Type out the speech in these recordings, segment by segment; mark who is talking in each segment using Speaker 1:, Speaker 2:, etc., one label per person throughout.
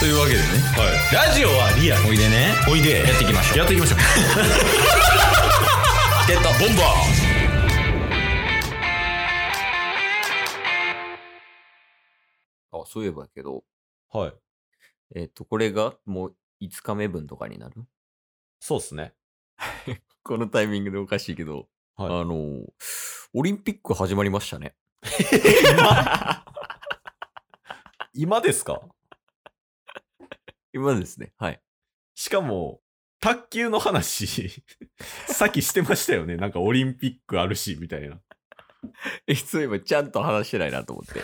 Speaker 1: というわけでね、ラジオはリアおいでね
Speaker 2: おいで
Speaker 1: やっていきましょう
Speaker 2: やって いきましょう
Speaker 1: ゲットボンバ
Speaker 3: あ、そういえばやけど、
Speaker 2: ーはい
Speaker 3: えっ、と、これがもう5日目分とかになる
Speaker 2: そうっすね
Speaker 3: このタイミングでおかしいけど、
Speaker 2: はい
Speaker 3: あのー、オリンピック始まりましたね。
Speaker 2: 今ですか
Speaker 3: 今ですね。はい。
Speaker 2: しかも卓球の話 さっきしてましたよねなんかオリンピックあるしみたいな
Speaker 3: え、 そういえばちゃんと話してないなと思って。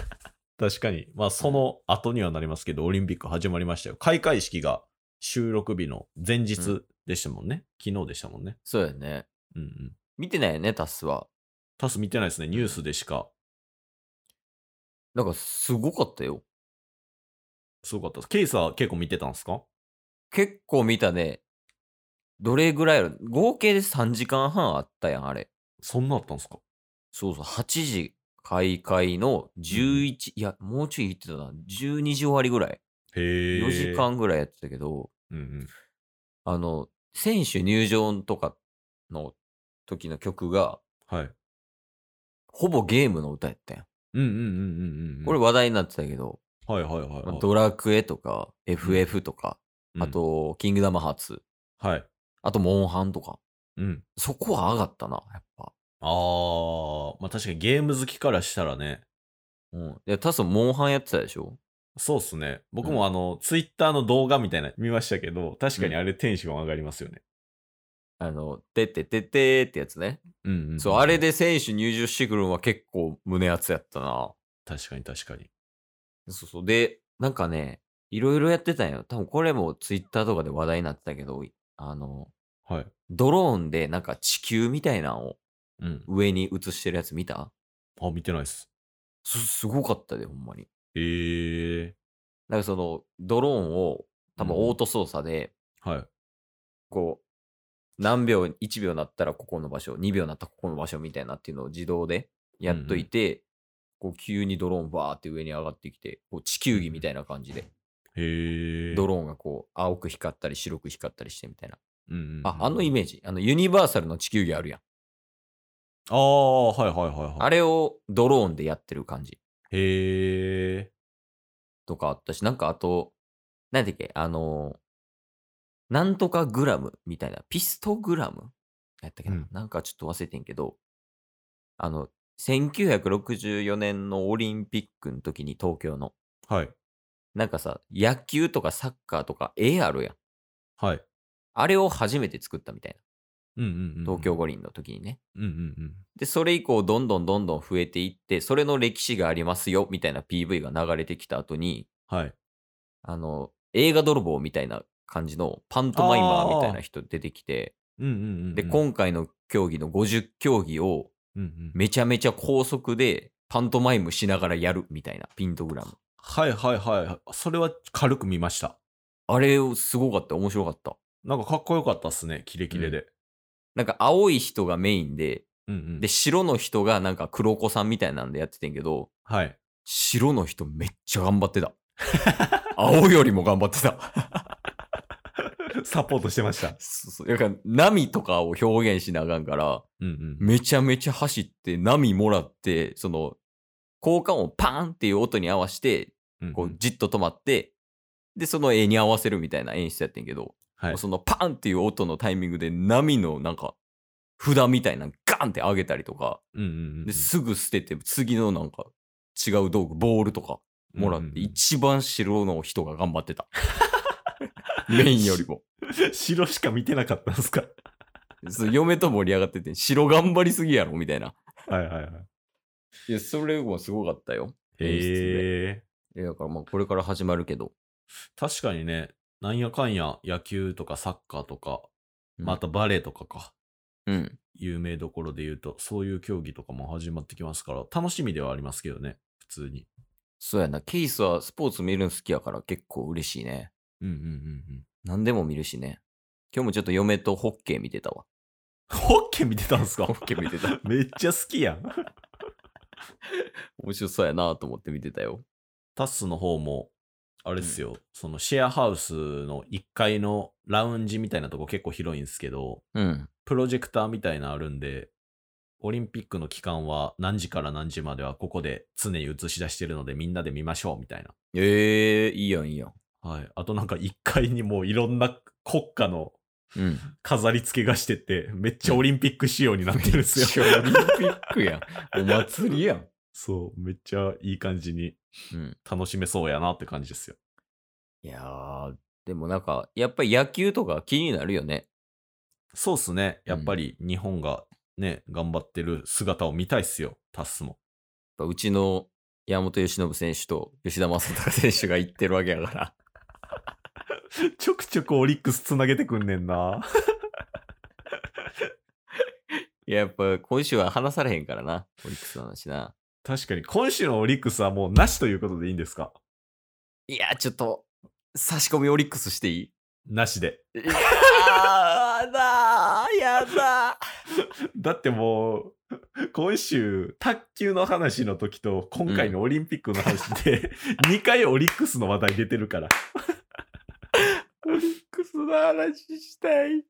Speaker 2: 確かにまあその後にはなりますけどオリンピック始まりましたよ開会式が収録日の前日でしたもんね、昨日でしたもんね
Speaker 3: そうやね。
Speaker 2: うんうん
Speaker 3: 見てないよね、タスは。
Speaker 2: タス見てないですねニュースでしか
Speaker 3: なんかすごかったよ。
Speaker 2: すごかったですケイサー結構見てたんですか
Speaker 3: 結構見たね。どれぐらいやろ合計で3時間半あったやん、あれ。
Speaker 2: そんなあったんですか
Speaker 3: そうそう、8時開会の11、いや、もうちょい行ってたな。12時終わりぐらい。
Speaker 2: へえ
Speaker 3: 4時間ぐらいやってたけど、
Speaker 2: うんうん
Speaker 3: あの、選手入場とかの時の曲が、
Speaker 2: はい
Speaker 3: ほぼゲームの歌やったやん。
Speaker 2: うんうんうんうんうん
Speaker 3: これ話題になってたけど、
Speaker 2: はいはいはい、
Speaker 3: ま
Speaker 2: は
Speaker 3: あ
Speaker 2: い
Speaker 3: ドラクエとか、FF とか、
Speaker 2: うん
Speaker 3: あと、キングダムハーツ、
Speaker 2: はい
Speaker 3: あと、モンハンとか、
Speaker 2: うん
Speaker 3: そこは上がったな、やっぱ。
Speaker 2: ああ、まあ確かにゲーム好きからしたらね、
Speaker 3: うん。いや、タスもモンハンやってたでしょ
Speaker 2: そうっすね。僕
Speaker 3: うん
Speaker 2: もあの、ツイッターの動画みたいなの見ましたけど、確かにあれテンション上がりますよね。
Speaker 3: あの、てってててーってやつね。
Speaker 2: うん、うん、
Speaker 3: そう、あれ。で選手入場してくるのは結構胸熱やったな。
Speaker 2: 確かに確かに。
Speaker 3: そうそう。で、なんかね、いろいろやってたんよ。多分これもツイッターとかで話題になってたけど、あの、
Speaker 2: はい。
Speaker 3: ドローンでなんか地球みたいなのを
Speaker 2: うん。
Speaker 3: 上に映してるやつ見た
Speaker 2: あ、見てないっす。
Speaker 3: す、すごかったで、ほんまに。
Speaker 2: へえ
Speaker 3: なんかその、ドローンを多分オート操作で、
Speaker 2: ー。はい。
Speaker 3: こう、何秒、1秒なったらここの場所、2秒なったらここの場所みたいなっていうのを自動でやっといて、こう急にドローンバーって上に上がってきて、こう地球儀みたいな感じで、
Speaker 2: へえー。
Speaker 3: ド
Speaker 2: ロ
Speaker 3: ローンがこう青く光ったり白く光ったりしてみたいな。
Speaker 2: うんうんうん。
Speaker 3: あ、あのイメージ。あの、ユニバーサルの地球儀あるやん。
Speaker 2: ああ、はいはいはいはい。
Speaker 3: あれをドローンでやってる感じ
Speaker 2: へえ
Speaker 3: とかあったし、なんかあと、何だっけ、あのー、なんとかグラムみたいな、ピストグラムやったっけな、
Speaker 2: うん
Speaker 3: なんかちょっと忘れてんけど、あの、1964年のオリンピックの時に東京の、
Speaker 2: ー。はい。
Speaker 3: なんかさ、野球とかサッカーとか絵あるやん。
Speaker 2: はい。
Speaker 3: あれを初めて作ったみたい
Speaker 2: うんうんうんうん。
Speaker 3: な。東京。五輪の時にね。
Speaker 2: うんうんうん。
Speaker 3: で、それ以降、どんどんどんどん増えていって、それの歴史がありますよ、みたいな PV が流れてきた後に、
Speaker 2: はい。
Speaker 3: あの、映画泥棒みたいな感じのパントマイマーみたいな人出てきて、
Speaker 2: うんうんうんうん。
Speaker 3: で、今回の競技の50競技を
Speaker 2: うんうん。
Speaker 3: めちゃめちゃ高速でパントマイムしながらやるみたいなピントグラム。
Speaker 2: はいはいはい。それは軽く見ました。
Speaker 3: あれをすごかった、面白かった。
Speaker 2: なんかかっこよかったっすね。キレキレで。
Speaker 3: なんか青い人がメインで、
Speaker 2: うんうん
Speaker 3: で、白の人がなんか黒子さんみたいなんでやっててんけど、
Speaker 2: はい。
Speaker 3: 白の人めっちゃ頑張ってた。青よりも頑張ってた。
Speaker 2: サポートしてました。
Speaker 3: そうそう。だから、波とかを表現しなあかんから、
Speaker 2: うんうん。
Speaker 3: めちゃめちゃ走って、波もらって、その、効果音パーンっていう音に合わせて、こう、じっと止まって、で、その絵に合わせるみたいな演出やってんけど、
Speaker 2: はい。
Speaker 3: そのパーンっていう音のタイミングで、波のなんか、札みたいなのガーンって上げたりとか、
Speaker 2: うんうんうん。
Speaker 3: ですぐ捨てて、次のなんか、違う道具、ボールとかもらっ
Speaker 2: うんうん
Speaker 3: て、
Speaker 2: うん
Speaker 3: 一番白の人が頑張って た。メインよりも。
Speaker 2: 白しか見てなかったんですか
Speaker 3: そう嫁と盛り上がってて、白頑張りすぎやろ、みたいな。
Speaker 2: はいはいはい。
Speaker 3: いや、それもすごかったよ。演出で。
Speaker 2: へ
Speaker 3: い
Speaker 2: え。
Speaker 3: やだからまあ、これから始まるけど。
Speaker 2: 確かにね、なんやかんや野球とかサッカーとか、
Speaker 3: うん
Speaker 2: まああとバレーとかか、
Speaker 3: うん。
Speaker 2: 有名どころで言うと、そういう競技とかも始まってきますから、楽しみではありますけどね、普通に。
Speaker 3: そうやな。ケイスはスポーツ見るの好きやから結構嬉しいね。
Speaker 2: うんうんうんうん。
Speaker 3: 何でも見るしね。今日もちょっと嫁とホッケー見てたわ。
Speaker 2: ホッケー見てたんです か
Speaker 3: ホッケー見てた。
Speaker 2: めっちゃ好きやん。
Speaker 3: 面白そうやなと思って見てたよ。
Speaker 2: タッスの方も、あれっすよ、そのシェアハウスの1階のラウンジみたいなとこ結構広いんですけど、
Speaker 3: うん。
Speaker 2: プロジェクターみたいなのあるんで、オリンピックの期間は何時から何時まではここで常に映し出してるのでみんなで見ましょうみたい
Speaker 3: ええいいやん、いいやん。
Speaker 2: な。はい。あとなんか1階にもういろんな国家の
Speaker 3: うん。
Speaker 2: 飾り付けがしてて、めっちゃオリンピック仕様になってるん ですよ。
Speaker 3: オリンピ ックやん。お祭りやん。
Speaker 2: そう、めっちゃいい感じに
Speaker 3: うん。
Speaker 2: 楽しめそうやなって感じですよ。
Speaker 3: いやー、でもなんか、やっぱり野球とか気になるよね。
Speaker 2: そうっすね。やっぱり日本がね、頑張ってる姿を見たいっすよ、タスも。
Speaker 3: やっぱうちの山本由伸選手と吉田正尚選手が行ってるわけやから。
Speaker 2: ちょくちょくオリックスつなげてくんねんな。
Speaker 3: いや、やっぱ今週は話されへんからな。オリックスの話な。
Speaker 2: 確かに、今週のオリックスはもうなしということでいいんですか
Speaker 3: いや、ちょっと、差し込みオリックスしていい
Speaker 2: なしで。
Speaker 3: いやーだーやだ
Speaker 2: だってもう、 今週、卓球の話の時と、今回のオリンピックの話で、2回オリックスの話題出てる から。
Speaker 3: オリックスの話したい。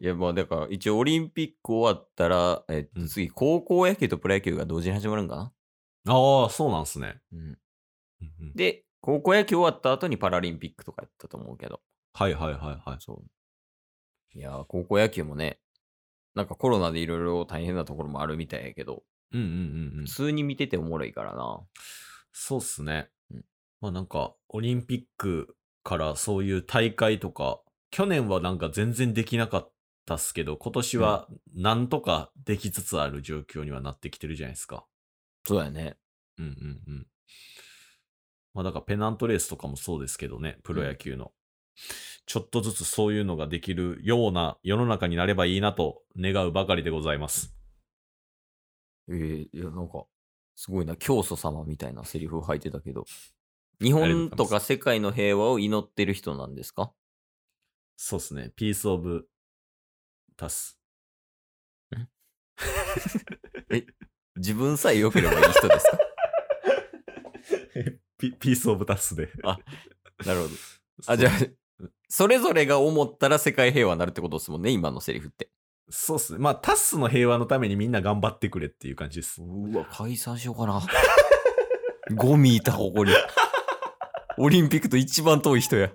Speaker 3: いや、まあだから一応オリンピック終わったら、えっと
Speaker 2: うん
Speaker 3: 次、高校野球とプロ野球が同時に始まるんかな、
Speaker 2: ああ、そうなんすね。
Speaker 3: で、高校野球終わった後にパラリンピックとかやったと思うけど。
Speaker 2: はいはいはいはい。
Speaker 3: そう。いやー、高校野球もね、なんかコロナでいろいろ大変なところもあるみたいやけど、
Speaker 2: うんうんうんうん
Speaker 3: 普。通に見てておもろいからな。
Speaker 2: そうっすね。
Speaker 3: うん
Speaker 2: まあなんか、オリンピックからそういう大会とか、去年はなんか全然できなかったっすけど、今年はなんとかできつつある状況にはなってきてるじゃないですか。
Speaker 3: そうやね。
Speaker 2: うんうんうん。まあだからペナントレースとかもそうですけどね、プロ野球の。ちょっとずつそういうのができるような世の中になればいいなと願うばかりでございます。
Speaker 3: えー、いや、なんか、すごいな、教祖様みたいなセリフを吐いてたけど、日本とか世界の平和を祈ってる人なんですか
Speaker 2: そうですね。ピースオブタス。
Speaker 3: 自分さえ良ければいい人ですか
Speaker 2: ピピースオブタスで。
Speaker 3: なるほど。あ、じゃあ、それぞれが思ったら世界平和になるってことですもんね、今のセリフって。
Speaker 2: そうっすね。まあ、タスの平和のためにみんな頑張ってくれっていう感じです。
Speaker 3: うわ、解散しようか な。ゴミいた、ここに。オリンピックと一番遠い人や。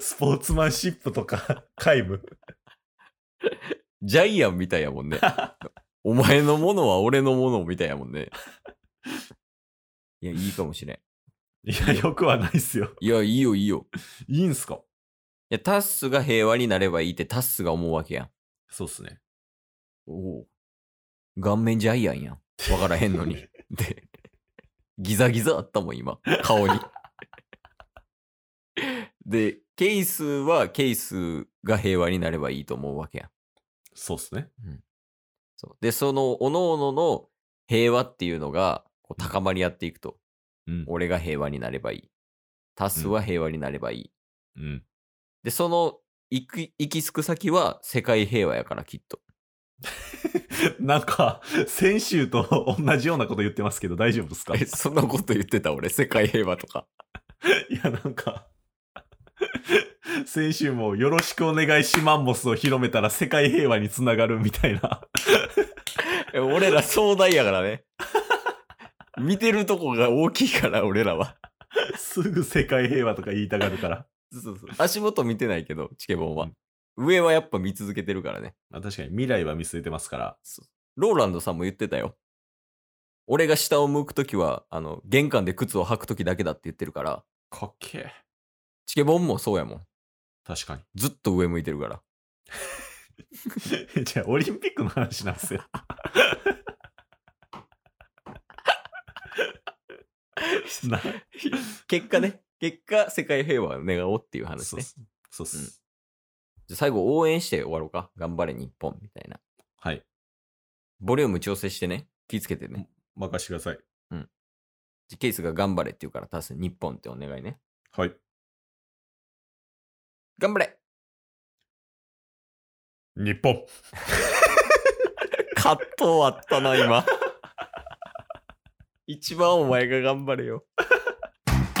Speaker 2: スポーツマンシップとか、 皆無。
Speaker 3: ジャイアンみたいやも んね。お前のものは俺のものみたいやもんね。いや、いいかもしれん。
Speaker 2: いや、よくはないっすよ。
Speaker 3: いや、いいよ、いいよ。い
Speaker 2: いいんすか
Speaker 3: や、タッスが平和になればいいってタッスが思うわけやん。
Speaker 2: そうっすね。
Speaker 3: おお。顔面ジャイアンやん。わからへんのに。で、ギザギザあったもん、今。顔に。で、ケイスはケイスが平和になればいいと思うわけやん。
Speaker 2: そうっすね。
Speaker 3: そうで、その、各々の平和っていうのがこう高まり合っていくと。
Speaker 2: うん。
Speaker 3: 俺が平和になればいい。タスは平和になればいい。
Speaker 2: うん。
Speaker 3: で、その、行く、行き着く先は世界平和やから、きっと。
Speaker 2: なんか、先週と同じようなこと言ってますけど、大丈夫ですかい
Speaker 3: え、そんなこと言ってた俺、世界平和とか。
Speaker 2: や、なんか、先週もよろしくお願いしマンモスを広めたら世界平和につながるみたい な。
Speaker 3: え俺ら壮大やから ね。見てるとこが大きいから、俺らは。
Speaker 2: すぐ世界平和とか言いたがるから。
Speaker 3: そうそうそう足元見てないけど、チケボンは。上はやっぱ見続けてるからね。
Speaker 2: まあ、確かに未来は見据えてますから。
Speaker 3: ローランドさんも言ってたよ。俺が下を向くときは、あの、玄関で靴を履くときだけだって言ってるから、
Speaker 2: かっけえ。
Speaker 3: チケボンもそうやもん。
Speaker 2: 確かに。
Speaker 3: ずっと上向いてるから。
Speaker 2: じゃあ、オリンピックの話なんですよ。な
Speaker 3: 結果ね、結果、世界平和を願おうっていう話
Speaker 2: そうっ
Speaker 3: ね。
Speaker 2: すそうっす、
Speaker 3: うんじゃあ最後、応援して終わろうか。頑張れ、日本、みたいな。
Speaker 2: はい。
Speaker 3: ボリューム調整してね。気ぃつけてね。
Speaker 2: 任してください。
Speaker 3: じゃあケースが頑張れって言うから、多数日本ってお願いね。
Speaker 2: はい。
Speaker 3: 頑張れ
Speaker 2: 日本。
Speaker 3: 葛藤あったな、今。 一番お前が頑張れよ。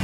Speaker 2: す